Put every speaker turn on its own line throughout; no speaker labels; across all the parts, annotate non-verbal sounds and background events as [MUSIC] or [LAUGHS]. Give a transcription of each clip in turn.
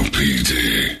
K-U-K-U-P-D.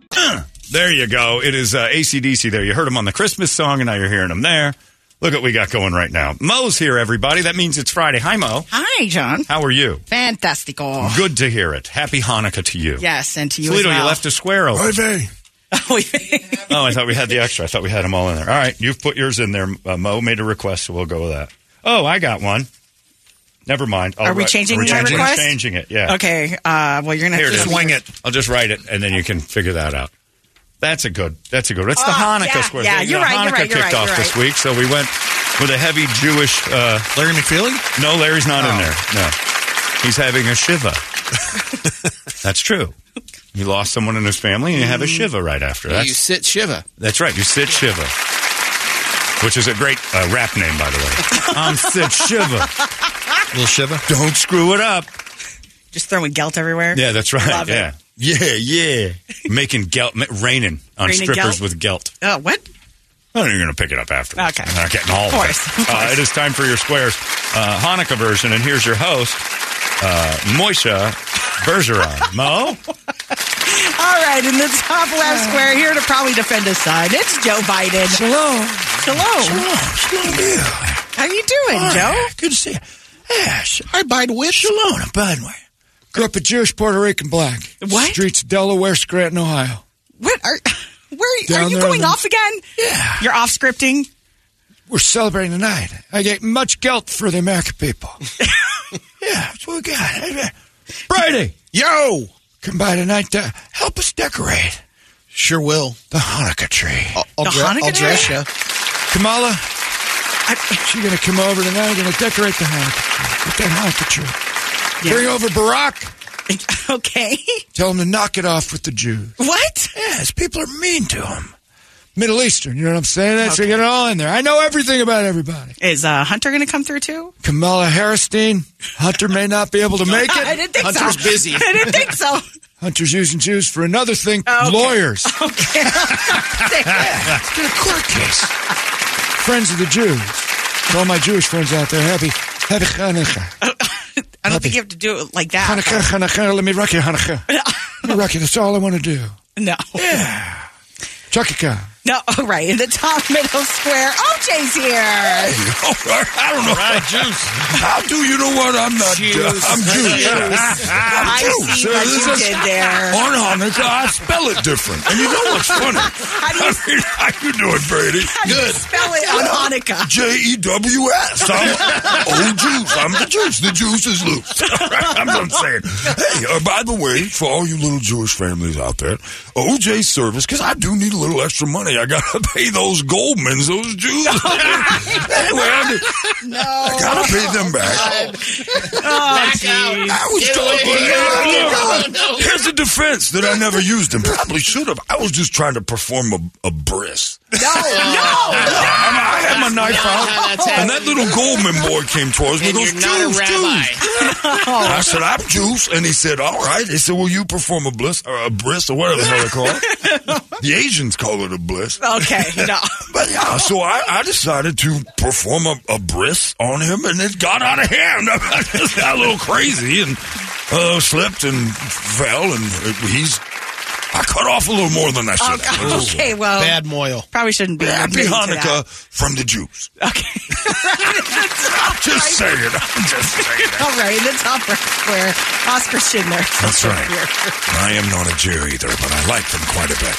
There you go. It is uh, ACDC there. You heard them on the Christmas song, and now you're hearing them there. Look what we got going right now. Mo's here, everybody. That means it's Friday. Hi, Mo.
Hi, John.
How are you?
Fantastical.
Good to hear it. Happy Hanukkah to you.
Yes, and to you
Toledo,
as well.
you
[LAUGHS]
left a square open.
oh,
Oh, I thought we had the extra. I thought we had them all in there. All right, you've put yours in there. Uh, Mo made a request, so we'll go with that. Oh, I got one. Never mind. I'll
Are we
write-
changing
We're
my
changing-
request?
We're changing it. Yeah.
okay. Uh, well, you're gonna
Here
have
it
to
is.
swing it.
I'll just write it, and then you can figure that out. That's a good. That's a good. That's the
Oh,
Hanukkah
yeah,
square.
yeah,
thing.
you're
You know, Hanukkah
right, you're right, you're
kicked
right,
off
you're
this
right.
week, so we went with a heavy Jewish. Uh,
Larry McFeely?
no, Larry's not
Oh.
in there. No, he's having a
[LAUGHS]
shiva. that's true. He lost someone in his family, and you have a shiva right after. That's
you sit Shiva.
That's right. You Sid Shiva, which is a great uh, rap name, by the
[LAUGHS]
way. I'm Sid Shiva.
Little Shiva?
Don't screw it up.
Just throwing gelt everywhere.
Yeah, that's right.
Love it.
yeah. Yeah, yeah. Making gelt, ma- raining on
Raining
strippers
gelt?
with gelt.
Oh, what?
I don't even going to pick it up afterwards.
Okay.
I'm not getting all
Of course,
It.
of
Uh,
course.
it is time for your squares, uh, Hanukkah version, and here's your host, uh, Moisha Bergeron. Mo,
All right, in the top left square, here to probably defend his side. It's Joe Biden. Hello. Hello. How you doing, Joe?
Good to see you. Yes, I bide with. Shalom, I bide with. Grew up a Jewish, Puerto Rican black.
What?
Streets of Delaware, Scranton, Ohio.
What are? [LAUGHS] Where are you- are
Down
you
there
going
on the-
off again?
Yeah.
You're off scripting.
We're celebrating tonight. I get much guilt for the American people. yeah, that's what we got. Brady! Yo! Come by tonight to help us decorate
Sure will.
the Hanukkah tree.
I'll, I'll,
The
dre-
Hanukkah
I'll dress
tree?
you.
Kamala, she gonna come over tonight. Gonna decorate the Hanukkah tree with that Hanukkah tree.
Yeah.
Bring over Barack.
[LAUGHS] okay.
Tell him to knock it off with the Jews.
What?
Yes, people are mean to him. Middle Eastern, you know what I'm saying? That's they get it all in there. I know everything about everybody.
Is uh, Hunter going to come through too?
Kamala Harrisstein. Hunter may not be able
[LAUGHS]
to make
Uh, I
it.
didn't think so.
Hunter's
[LAUGHS]
busy.
I didn't think so.
Hunter's using Jews for another thing.
Oh,
Okay.
Lawyers.
Okay. [LAUGHS]
Let's get a court case. friends of the Jews. To all my Jewish friends out there, happy, happy Hanukkah.
I don't think you have to do it like that.
Hanukkah, Hanukkah, let me rock you, Hanukkah. Let me rock you. That's all I want to do.
[LAUGHS]
E.
No.
Chukaka.
No, oh, right. In the top middle square, OJ's here.
I don't know.
right,
How do you know what? I'm not Jews. I'm Jewish.
I
Jew,
see
sir.
what
This
you
is-
did
[LAUGHS]
there.
On Hanukkah, I spell it different. And you know what's funny? [LAUGHS]
How do you
mean, how you doing, Brady? Good.
spell it on Hanukkah?
J E W S. I'm old Jews. I'm the Jews. The juice is loose. [LAUGHS] I'm just saying. Hey, uh, by the way, for all you little Jewish families out there, OJ service because I do need a little extra money. I gotta [LAUGHS] pay those Goldmans, those Jews. anyway, I, no. I gotta pay them back.
Oh, geez.
I was told. Here's a defense that I never used and probably should have. I was just trying to perform a, a bris. [LAUGHS]
No,
No, I'm- I had my knife out, and that little Goldman boy came towards me.
And
and goes,
you're not a
Jews,
rabbi."
Jews. I said, I'm Jews, and he said, All right. He said, Will you perform a bliss or a bris or whatever the hell they call it? the Asians call it a bliss.
no. Okay,
[LAUGHS]
no.
But yeah, so I, I decided to perform a, a bris on him, and it got out of hand. [LAUGHS] I just got a little crazy and uh, slipped and fell, and it, he's. I cut off a little more than I should. have.
Okay, okay, well,
Bad moil.
probably shouldn't be.
Happy
admitting to
Hanukkah from the Jews.
that. [LAUGHS] Okay.
Just saying. [LAUGHS] I'm just saying.
[LAUGHS] All right, in the top right square, Oscar Schindler.
That's right. I am not a Jew either, but I like them quite a bit.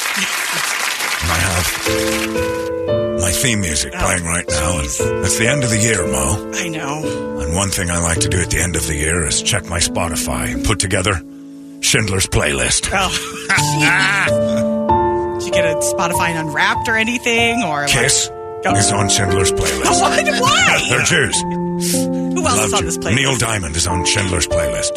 And I have my theme
Oh,
music playing right now. and It's the end of the year, Mo.
[LAUGHS] I know.
And one thing I like to do at the end of the year is check my Spotify and put together Schindler's playlist. [LAUGHS]
[LAUGHS] Oh, [LAUGHS] geez. did you get a Spotify Unwrapped or anything? Or like,
Kiss, is on Schindler's playlist.
Why? Why?
They're Jews.
Who else is
Love
on
Jew-
this playlist? [LAUGHS]
Neil Diamond is on Schindler's playlist.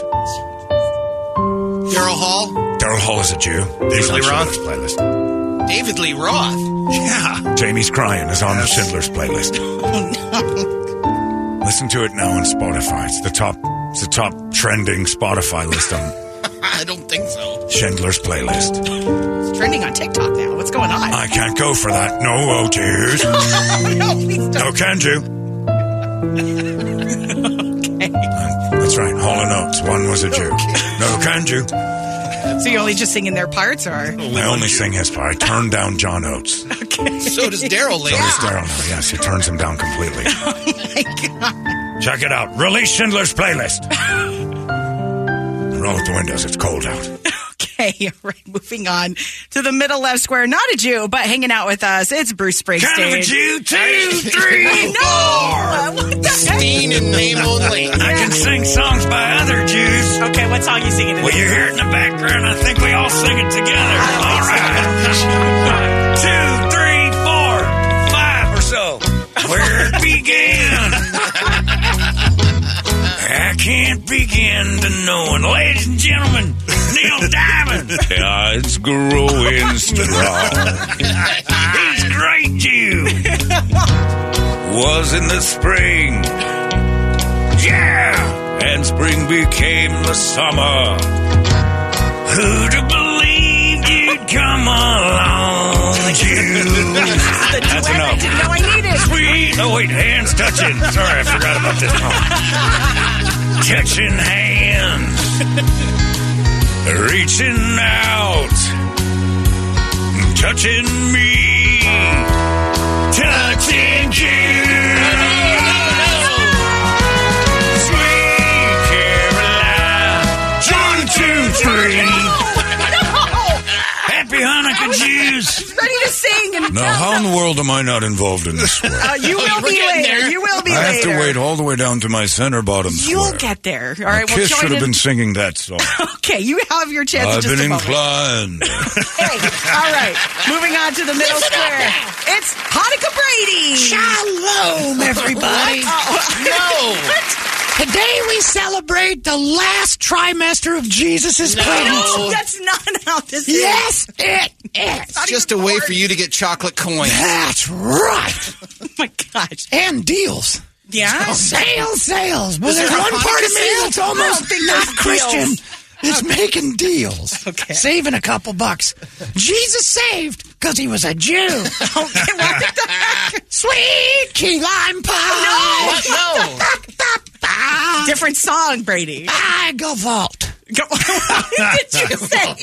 Daryl Hall,
Daryl Hall is a Jew. He's on
Lee Roth?
Schindler's playlist.
David Lee Roth.
Yeah. Jamie's Crying is on the Schindler's playlist.
Oh,
Listen to it now on Spotify. It's the top. It's the top trending Spotify list on
I don't think so.
Schindler's playlist.
It's trending on TikTok now. What's going on?
I can't go for that. No, oh Jews.
[LAUGHS] no, please don't.
No, can you? That's right. Hall and Oates. One was a Jew. No, can you?
So you're only just singing their
[LAUGHS]
parts, or
I only sing his part. I turned down John Oates.
[LAUGHS]
So
So [LAUGHS] does Daryl later.
does Daryl now. Yes, he turns him down
[LAUGHS]
completely.
Oh,
Check it out. Release Schindler's
[LAUGHS]
playlist. Roll up the windows. It's cold out.
okay? [LAUGHS] All right, moving on to the middle left square. Not a Jew, but hanging out with us. It's Bruce Springsteen.
Kind of a
[LAUGHS]
Jew. Two, three,
I know. Uh, What the heck?
Dean in [LAUGHS] name only.
I can sing songs by other Jews.
Okay, what song you singing?
Well, you hear it in the background. I think we all sing it together. All right. [LAUGHS] Two, three, four, five or so. Where it began. I can't begin to know. And ladies and gentlemen, Neil [LAUGHS] Diamond. Yeah, it's growing strong. He's great Jew. Was in the spring. Yeah. And spring became the summer. Who'd have believed you'd come along,
[LAUGHS]
Jew? That's
I
enough.
didn't know I needed.
Sweet. Oh, wait, hands touching. Sorry, I forgot about this one. touching hands. Reaching out. Touching me. Touching you. Sweet Caroline. One, two, three. Happy Hanukkah, Jews.
Ready to sing and
Now, how in the world am I not involved in this work? [LAUGHS]
Uh, you will
We're
be
getting
later.
there.
You will be
I have
later.
to wait all the way down to my center bottom
You'll
square.
get there. All right. Well,
Kiss should
join
have
in.
been singing that
[LAUGHS]
song.
[LAUGHS] Okay, you have your chance. in
I've
just
been
a moment.
inclined.
Hey, all right. Moving on to the middle square. It's Hanukkah Brady. Oh,
Shalom, everybody.
No.
Today we celebrate the last trimester of Jesus' pregnancy.
No, that's not how this is.
Yes, it is.
It's just a way for you to get chocolate coins.
That's right.
Oh my gosh.
And deals.
Yeah.
Sales, sales. Well, there's
there a
one part
Hanukkah
of me
sale?
that's almost not Christian. It's making deals.
Okay.
Saving a couple bucks. Jesus saved because he was a Jew. [LAUGHS] Sweet key lime pie.
What? No.
Different song,
[LAUGHS]
Brady.
I go vault.
what did you say?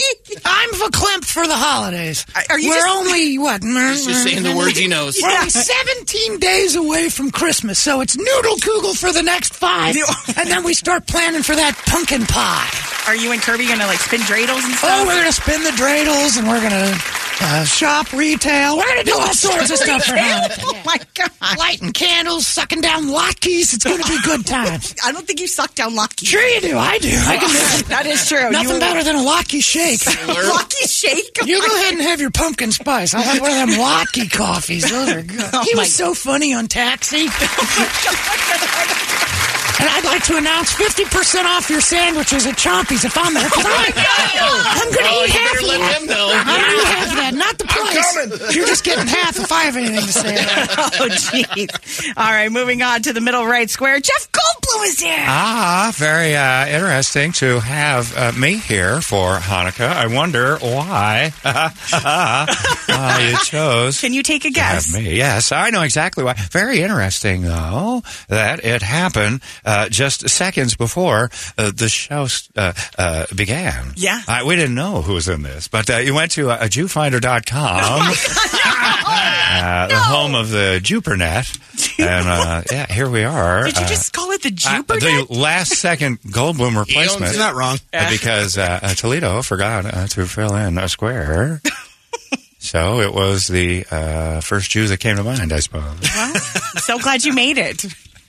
I'm verklempt for the holidays.
Are you
We're
just-
only what?
He's just saying the words he knows.
We're only 17 days away from Christmas, so it's noodle kugel for the next five, and then we start planning for that pumpkin pie.
Are you and Kirby gonna like spin dreidels and
Oh,
stuff?
we're gonna spin the dreidels, and we're gonna uh, shop retail. We're gonna do all sorts of stuff for Hanukkah.
[LAUGHS] Oh my god.
Lighting candles, sucking down latkes. It's gonna be good times.
I don't think you sucked down Lucky.
Sure you do. I do. I can do it.
[LAUGHS] That is true.
Nothing
you
better than a latke shake.
[LAUGHS] Lucky shake.
You go ahead and have your pumpkin spice. I'll have one of them latke coffees. Those are good. he was so funny on Taxi. And I'd like to announce 50% off your sandwiches at Chompy's if I'm there. 'cause I'm, I'm going to
Oh,
eat
you
half
better
of
let
that.
them know.
I'm going to have that, not the price. You're just getting half if I have anything to say.
[LAUGHS] Oh jeez. All right, moving on to the middle right square. Jeff Goldblum is here.
Ah, very uh, interesting to have uh, me here for Hanukkah. I wonder why [LAUGHS] uh, you chose
Can you take a guess? [LAUGHS]
have me. Yes, I know exactly why. Very interesting, though, that it happened uh, just seconds before uh, the show uh, uh, began.
Yeah.
Uh, we didn't know who was in this, but uh, you went to uh, JewFinder.com.
[LAUGHS]
Uh, The home of the
[LAUGHS]
JuperNet. and uh, yeah, here we are.
Did you
Uh,
just call it the
uh,
Jupiter?
the last second
[LAUGHS]
Goldblum replacement.
It's
not wrong. because uh, uh, Toledo forgot uh, to fill in a square.
[LAUGHS]
so it was the uh, first Jew that came to mind, I suppose.
so glad you made it.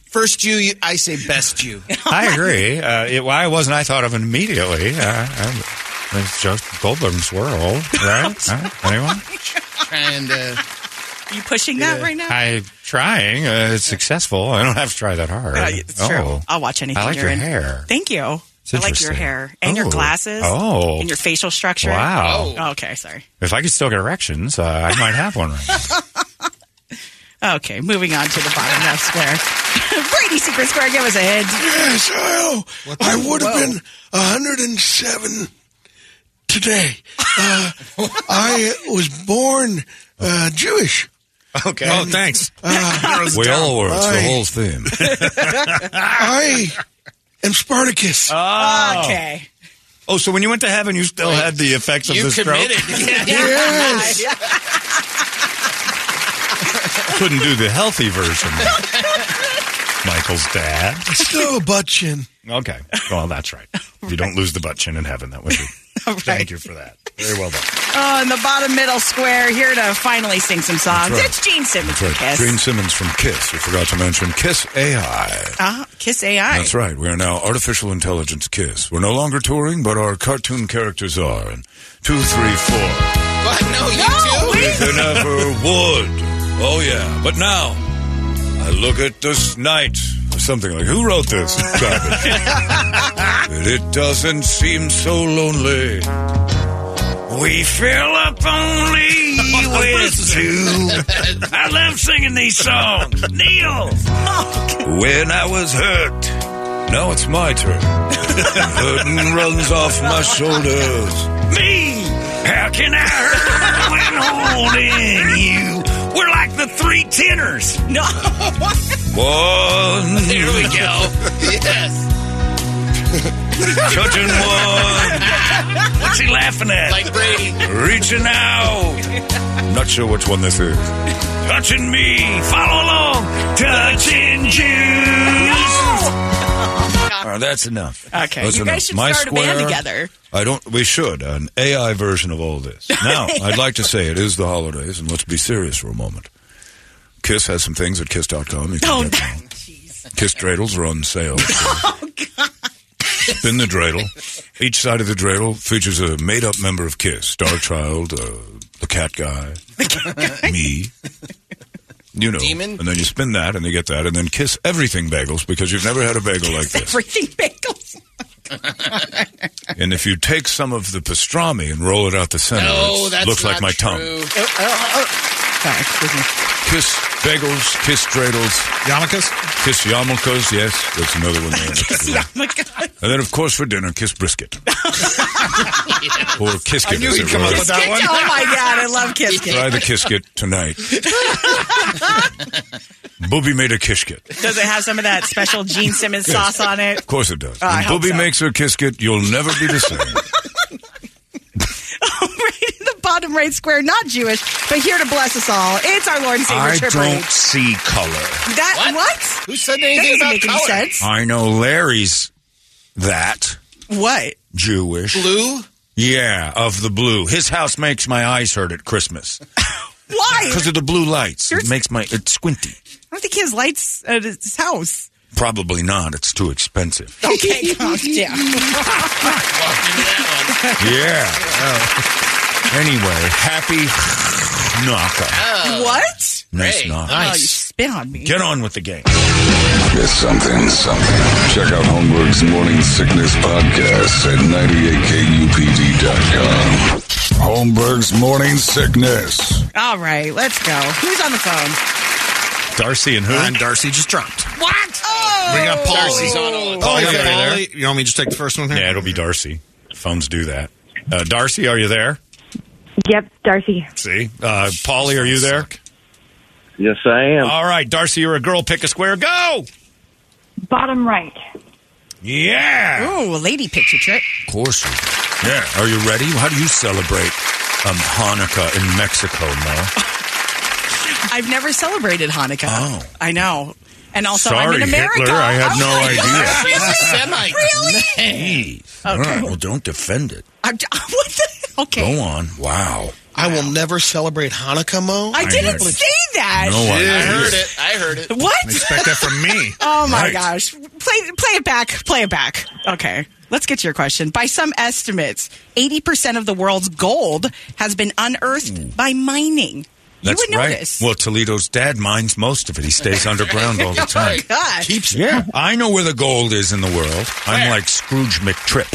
First Jew, you, I say best Jew.
I agree. Uh, it, why wasn't I thought of immediately? Uh, um,
[LAUGHS]
it's just Goldblum's world, right? Huh? Anyone?
uh, Trying to
you pushing that right now?
I'm trying. Uh, it's successful. I don't have to try that hard.
Oh,
Oh,
Yeah, it's true. I'll watch anything
I like
you're
your
in.
hair.
Thank you.
It's
I like your
interesting.
hair and your
Oh.
glasses.
Oh.
And your facial structure.
Wow.
Oh, okay, sorry.
If I could still get erections, uh, I might have one right now.
Okay, moving on to the bottom left square. [LAUGHS] Brady Secret Square, give us a hint.
Yes, oh, I would have been 107 today. Uh, I was born uh, Jewish.
Okay. Oh, thanks.
We all were. It's the
Bye.
whole thing.
I am Spartacus.
Oh.
Okay.
Oh, so when you went to heaven, you still had the effects of
You
the stroke? [LAUGHS]
committed. Yeah.
yes.
[LAUGHS]
Couldn't do the healthy version. [LAUGHS] Michael's dad.
Still a butt chin.
Okay. Well, that's right. You don't lose the butt chin in heaven. That would be. Thank you for that. Very well done.
Oh, in the bottom middle square, here to finally sing some songs.
That's right.
It's Gene Simmons from Kiss.
Gene Simmons from Kiss. We forgot to mention Kiss AI.
Ah, Kiss AI.
That's right. We are now artificial intelligence Kiss. We're no longer touring, but our cartoon characters are. And two, three, four.
What? No, you
Oh, No,
too?
wait.
They never would. Oh yeah. But now, I look at this night. or Something like, who wrote this [LAUGHS] garbage? but it doesn't seem so lonely. We feel up only with two. I love singing these songs. Neil! When I was hurt, now it's my turn. [LAUGHS] Burden runs off my shoulders. Me! How can I hurt [LAUGHS] when holding you? We're like the three tenors.
No.
One,
There we go. yes.
touching one. What's he laughing at?
Like Brady.
Reaching out. Not sure which one this is. Touching me. Follow along. Touching Jews. Oh, that's enough.
Okay,
That's
you
enough.
guys should
My
start a band
square,
together.
I don't. We should an AI version of all
[LAUGHS]
this. Now, I'd like to say it is the holidays, and let's be serious for a moment. Kiss has some things at kiss.com. You can
Oh,
get them. Kiss dreidels are on sale.
[LAUGHS] Oh, God.
Spin the dreidel. Each side of the dreidel features a made up member of Kiss Star Child, uh, the cat guy, me. You know.
Demon?
And then you spin that and you get that, and then Kiss everything bagels because you've never had a bagel like this.
Everything bagels.
And if you take some of the pastrami and roll it out the center,
No,
it
that's
looks like
not
my
Oh,
tongue.
true.
Sorry, excuse me.
Kiss bagels, kiss dreidels,
Yarmulkes?
kiss yarmulkes. Yes, that's another one
[LAUGHS]
there.
Yeah, oh my God.
And then, of course, for dinner, kiss
[LAUGHS]
brisket. or kisket. as it were.
Kiss Kit- Oh, my God. I love Kiss Kit.
Try the Kishkit
[LAUGHS]
tonight. Booby made a Kishkit. Of
Does it have some of that special Gene Simmons sauce
[LAUGHS]
on it?
course it does.
I
When
hope
Booby
so.
makes her Kishkit, you'll never be the
[LAUGHS]
same.
Oh, right in the bottom right square, not Jewish, but here to bless us all. It's our Lord and Savior Triple H.
see color.
That what?
What? Who said
That
anything
doesn't
about
make any
color?
sense.
I know Larry's that
What?
Jewish.
Blue?
Yeah, of the blue. His house makes my eyes hurt at Christmas
Why? I
because of the blue lights.
You're-
It makes my it's squinty.
don't think he has lights at his house.
Probably not. It's too expensive.
[LAUGHS]
Okay, calm down.
Walked into that one.
yeah. Anyway, happy knock.
What?
Nice
Hey,
knock.
Oh, you spit on me.
Get on with the game.
It's something, something. Check out Homework's Morning Sickness Podcast at 98kupd.com. Holmberg's Morning Sickness.
All right, let's go. Who's on the phone?
Darcy and who?
And Darcy just dropped.
What? Oh,
We got Paul.
Darcy's on all the
Oh,
time.
you, got
yeah.
Paulie? you want me to just take the first one here?
Yeah, it'll be Darcy. Phones do that. Uh, Darcy, are you there?
Yep, Darcy.
See, uh, Polly, are you there?
Yes, I am.
All right, Darcy, you're a girl. Pick a square. Go.
Bottom right.
Yeah.
Ooh, Oh, a lady picture trick.
Of course. Yeah. Are you ready? How do you celebrate um, Hanukkah in Mexico, Mo?
I've never celebrated Hanukkah.
Oh.
I know. And also, I'm
Sorry,
in America. Oh
Hitler, I had no
my
idea.
God,
He's a
really?
Semite.
Jeez. All right. Well, don't defend it.
I'm j- [LAUGHS] what the? Okay.
Go on. Wow.
I will never celebrate Hanukkah, Mo.
I didn't
heard-
say that.
No one.
I heard it. I heard it.
What?
Expect that from me.
[LAUGHS]
[LAUGHS]
Oh my
Right.
gosh. Play play it back. Play it back. Okay. Let's get to your question. By some estimates, 80% of the world's gold has been unearthed by mining. You
That's
would know
right.
this.
Well, Toledo's dad mines most of it. He
[LAUGHS]
stays underground all the time.
Oh, God.
Keeps yeah. I know where the gold is in the world. I'm like Scrooge
[LAUGHS]
McTrip.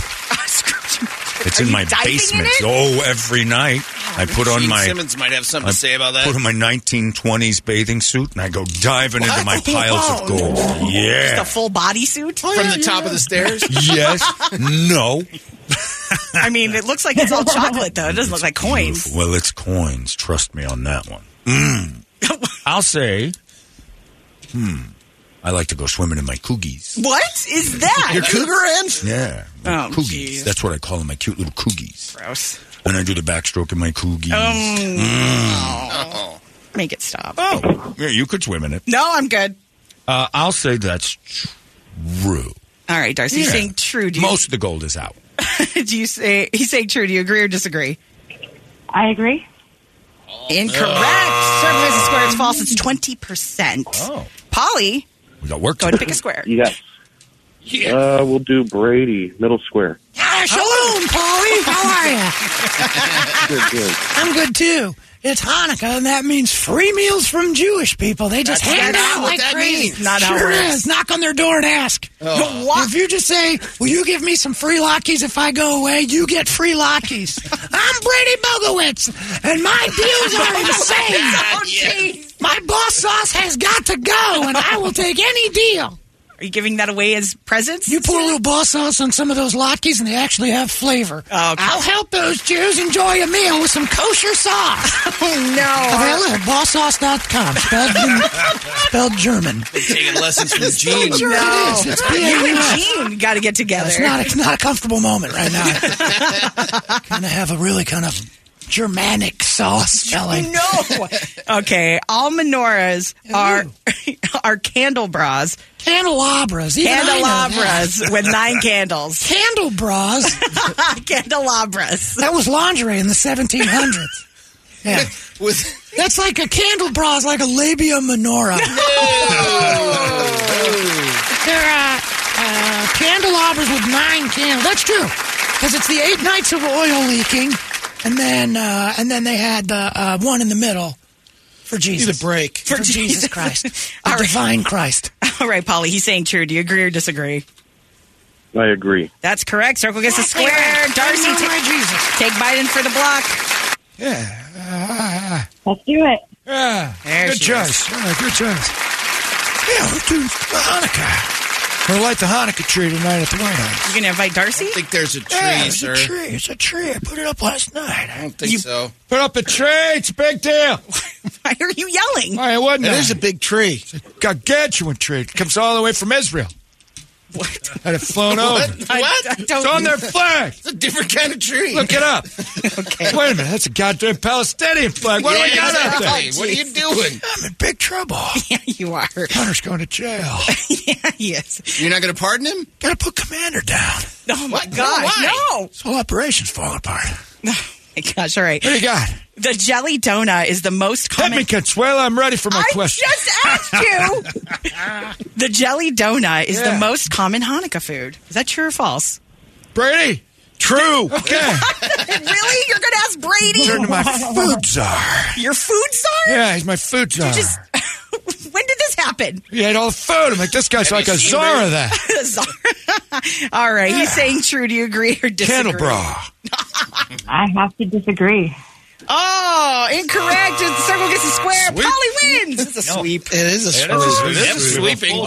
It's
Are
in
you
my
diving in
basement.
it? Oh,
Oh, every night I put on
Gene
my
Simmons might have something
I
to say about that.
Put on my 1920s bathing suit and I go diving into my
What?
piles of gold.
Just a
Yeah.
full bodysuit
From the top of the stairs?
yes.
[LAUGHS]
No.
I mean, it looks like it's all chocolate though. It doesn't look like coins.
Well, it's coins. Trust me on that one.
[LAUGHS]
Mm. I'll say. Hmm. I like to go swimming in my coogies.
What is that?
Your cougar
end?
Yeah. my
Oh,
coogies.
geez.
That's what I call them, my cute little coogies.
Gross.
And I do the backstroke in my coogies.
Um, Oh. Make it stop.
Oh. Yeah, you could swim in it.
No, I'm good.
Uh, I'll say that's true.
All right, Darcy,
Yeah.
he's saying true. Do you,
Most of the gold is out.
[LAUGHS] do you say he's saying true? Do you agree or disagree?
I agree.
Incorrect. Circle is a square. It's false. It's twenty percent. Oh. Polly,
We got work.
go and pick a square.
Yes. Yeah. Uh, we'll do Brady, middle square.
Ah, shalom, Polly. How are you?
[LAUGHS] Good, good.
I'm good too. It's Hanukkah, and that means free meals from Jewish people. They just
That's-
hand
that's
out
what
like
that
crazy.
means. Not how it
sure
works.
is. Knock on their door and ask.
Oh. What?
If you just say, "Will you give me some free lockies if I go away?" You get free
[LAUGHS]
lockies. I'm Brady Bogowitz, and my deals are insane.
Oh, jeez.
My boss sauce has got to go, and I will take any deal.
Are you giving that away as presents?
You pour a little boss sauce on some of those lockies, and they actually have flavor. I'll help those Jews enjoy a meal with some kosher sauce.
oh, no.
Available at bosssauce.com. Spelled, spelled
[LAUGHS]
German.
Taking lessons from Gene.
Sure it is. It's
Oh, You
being
and Gene got to get together.
It's not, it's not a comfortable moment right now. kind of have a really kind of Germanic sauce [LAUGHS] spelling.
No. Okay, all menorahs are [LAUGHS] are candle bras.
Candelabras. Even I know that.
Candelabras with nine
[LAUGHS]
candles.
Candle bras.
Candelabras.
That was lingerie in the 1700s. Yeah. That's like a candle bra is like a labia menorah. [LAUGHS] They're uh, uh, candelabras with nine candles. That's true, because it's the eight nights of oil leaking, and then uh, and then they had the uh, one in the middle for Jesus.
Need a break.
for, Jesus Christ, the divine Christ.
All right, Polly, he's saying true. Do you agree or disagree?
I agree.
That's correct. Circle gets a square. Darcy,
Darcy,
ta-
my Jesus.
take Biden for the block.
Yeah.
Let's do it.
Yeah.
There
Good
she is.
choice.
Yeah, good choice. Yeah, we'll do Hanukkah. We'll light the Hanukkah tree tonight at the White House.
You gonna invite Darcy?
I think there's a tree,
Yeah, it's
sir.
a tree. It's a tree. I put it up last night.
I don't think so.
Put up a tree. It's a big deal.
[LAUGHS] Why are you yelling?
Why, it wasn't.
It
I?
is a big tree.
gargantuan tree. It comes all the way from Israel. What? Had it flown over.
[LAUGHS] What?
I
It's
don't.
on their flag.
It's a different kind of tree.
Look it up.
Okay.
Wait a minute. That's a goddamn Palestinian flag. What do we got up there?
exactly. What are you doing?
I'm in big trouble.
[LAUGHS] Yeah, you are. [LAUGHS]
Hunter's going to jail.
yeah, yes.
You're not going to pardon him?
Gotta put Commander down.
Oh my
What?
gosh.
Why?
No.
This whole operation's falling apart.
My gosh. All right.
What do you got?
The jelly donut is the most
Hit
common.
me, Consuela. I'm ready for my
I
question.
just asked you. [LAUGHS] the jelly donut is the
Yeah.
most common Hanukkah food. Is that true or false?
Brady. True. Okay.
[LAUGHS] really? You're going to ask
Turn
Brady?
to [LAUGHS] my food czar.
Your food czar?
Yeah, he's my food czar.
Just [LAUGHS] when did this happen?
He ate all the food. I'm like, this guy's like
you
a
seen
czar
Brady?
of that.
Czar. [LAUGHS] All right, he's saying true. Do you agree or disagree?
Candle bra.
I have to disagree.
Oh, incorrect. the circle gets a square. Polly wins. It's a sweep.
It is a sweep.
That's sweeping.
Wow.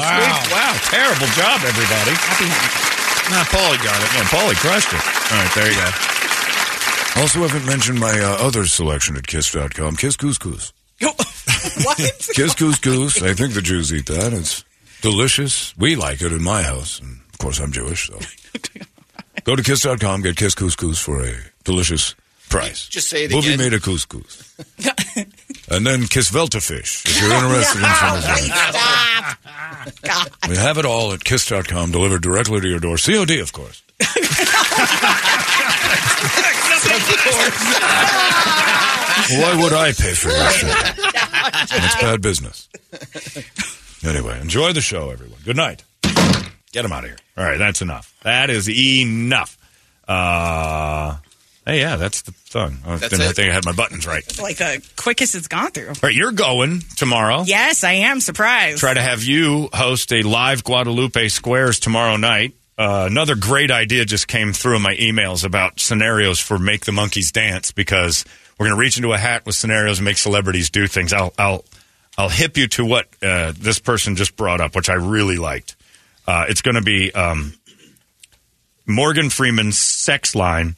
wow. Terrible job, everybody. Nah, Paulie got it. Yeah, Paulie crushed it. All right, there you go.
Also, haven't mentioned my uh, other selection at Kiss.com. Kiss couscous.
what?
Kiss couscous. I think the Jews eat that. It's delicious. We like it in my house. And of course, I'm Jewish,
[LAUGHS]
so. Go to Kiss.com, get Kiss couscous for a delicious price.
Just say it
we'll
again.
be made a couscous. and then Kiss Veltafish, if
[LAUGHS]
you're interested in some of that.
Stop.
We have it all at Kiss.com, delivered directly to your door. COD, of
[LAUGHS]
course. Why would I pay for your shit? It's bad business. Anyway, enjoy the show, everyone. Good night. Get them out of here. All right, that's enough. That is enough. Uh, Hey, yeah, that's the song.
Oh,
I,
That's
didn't, I
it?
think I had my buttons right.
Like the quickest it's gone through.
All right, you're going tomorrow.
Yes, I am surprised.
Try to have you host a live Guadalupe Squares tomorrow night. Uh, another great idea just came through in my emails about scenarios for Make the Monkeys Dance because we're going to reach into a hat with scenarios and make celebrities do things. I'll I'll I'll hip you to what uh, this person just brought up, which I really liked. Uh, it's going to be um, Morgan Freeman's sex line,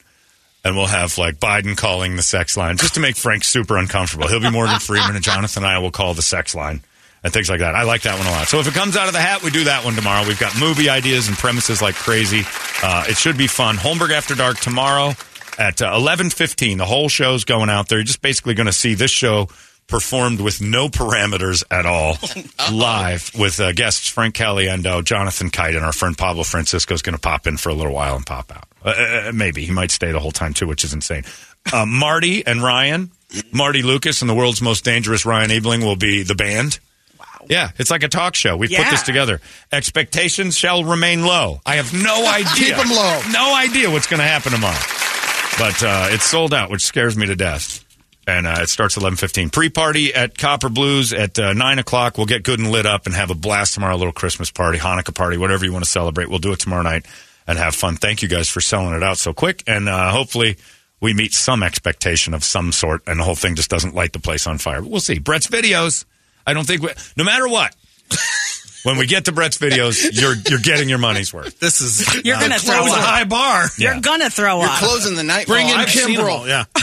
and we'll have like Biden calling the sex line just to make Frank super uncomfortable. He'll be Morgan Freeman, and Jonathan and I will call the sex line and things like that. I like that one a lot. So if it comes out of the hat, we do that one tomorrow. We've got movie ideas and premises like crazy. Uh, it should be fun. Holmberg After Dark tomorrow at uh, eleven fifteen. The whole show's going out there. You're just basically going to see this show performed with no parameters at
[LAUGHS]
all, live with uh, guests Frank Caliendo, Jonathan Kite, and our friend Pablo Francisco is going to pop in for a little while and pop out. Uh, uh, maybe he might stay the whole time too, which is insane. Uh, Marty and Ryan, Marty Lucas and the world's most dangerous Ryan Ebling will be the band. Yeah, it's like a talk show. We put
Yeah.
this together. Expectations shall remain low. I have no idea.
[LAUGHS] Keep 'em low.
No idea what's going to happen tomorrow. But uh, it's sold out, which scares me to death. And uh, it starts eleven fifteen. Pre party at Copper Blues at uh, nine o'clock. We'll get good and lit up and have a blast tomorrow. A little Christmas party, Hanukkah party, whatever you want to celebrate. We'll do it tomorrow night and have fun. Thank you guys for selling it out so quick. And uh, hopefully we meet some expectation of some sort, and the whole thing just doesn't light the place on fire. But we'll see. Brett's videos. I don't think we, no matter what. [LAUGHS] When we get to Brett's videos, you're you're getting your money's worth. This is
You're gonna throw up.
bar.
You're gonna throw
You're
up.
closing
the night.
Bring in Kimbrel.
Yeah.
[LAUGHS]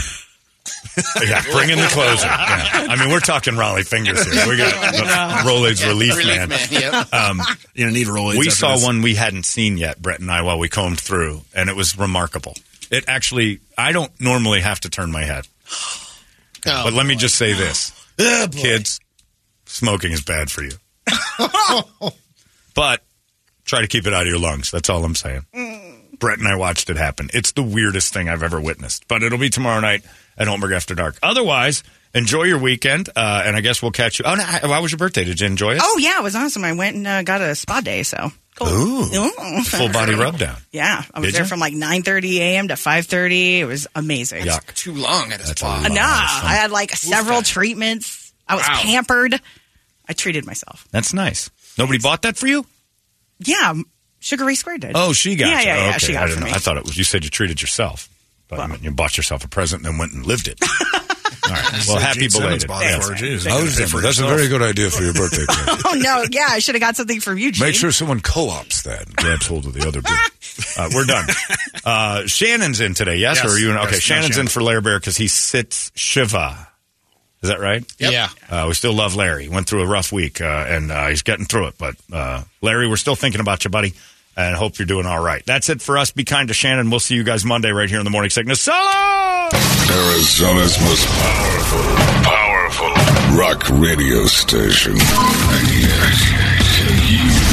yeah, bring in the closer. Yeah. I mean, we're talking Raleigh fingers here. We got
Yeah.
Rolaids Relief,
Relief
Man.
Man, yep.
Um,
You don't need Rolaids
We
after
saw
this.
one we hadn't seen yet, Brett and I, while we combed through, and it was remarkable. It actually, I don't normally have to turn my head, but let me just say this: kids, smoking is bad for you. But try to keep it out of your lungs. That's all I'm saying. Brett and I watched it happen. It's the weirdest thing I've ever witnessed. But it'll be tomorrow night at Holmberg After Dark. Otherwise, enjoy your weekend, uh, and I guess we'll catch you. Oh, no, I- how was your birthday? Did you enjoy it?
Oh yeah, it was awesome. I went and uh, got a spa day. So
Ooh,
Ooh.
full body rub down.
Yeah, I was
Did
there
you?
from like 9:30 a.m. to 5:30. It was amazing. Uh,
Yuck.
Too long at a
Nah,
spa.
I had like several treatments. I was
Wow.
pampered. I treated myself.
That's nice. Nobody bought that for you?
Yeah, Sugar Ray Square did.
Oh, she got
Yeah,
you.
yeah, yeah.
Okay,
She
I
got it
didn't
for
know.
me.
I thought it was. You said you treated yourself, but I meant you bought yourself a present and then went and lived
[LAUGHS]
it. All right. Well,
So
happy
Gene Simmons
belated.
bought it
Yeah.
for her. Jeez, I was thinking, that's a very
good idea for your birthday.
[LAUGHS] oh no, yeah, I should have got something from you. Gene.
someone co-ops that and grabs hold of the other bit. uh, we're
[LAUGHS]
done. Uh, Shannon's in today, yes?
Yes.
Or are you in? Okay,
Yes, no,
Shannon's in
Shannon.
for Larry Bear because he sits Shiva. Is that right?
Yeah.
Uh, we still love Larry. Went through a rough week, uh, and uh, he's getting through it. But uh, Larry, we're still thinking about you, buddy, and hope you're doing all right. That's it for us. Be kind to Shannon. We'll see you guys Monday right here in the morning sickness. So long!
Arizona's most powerful, powerful rock radio station. 98. Can you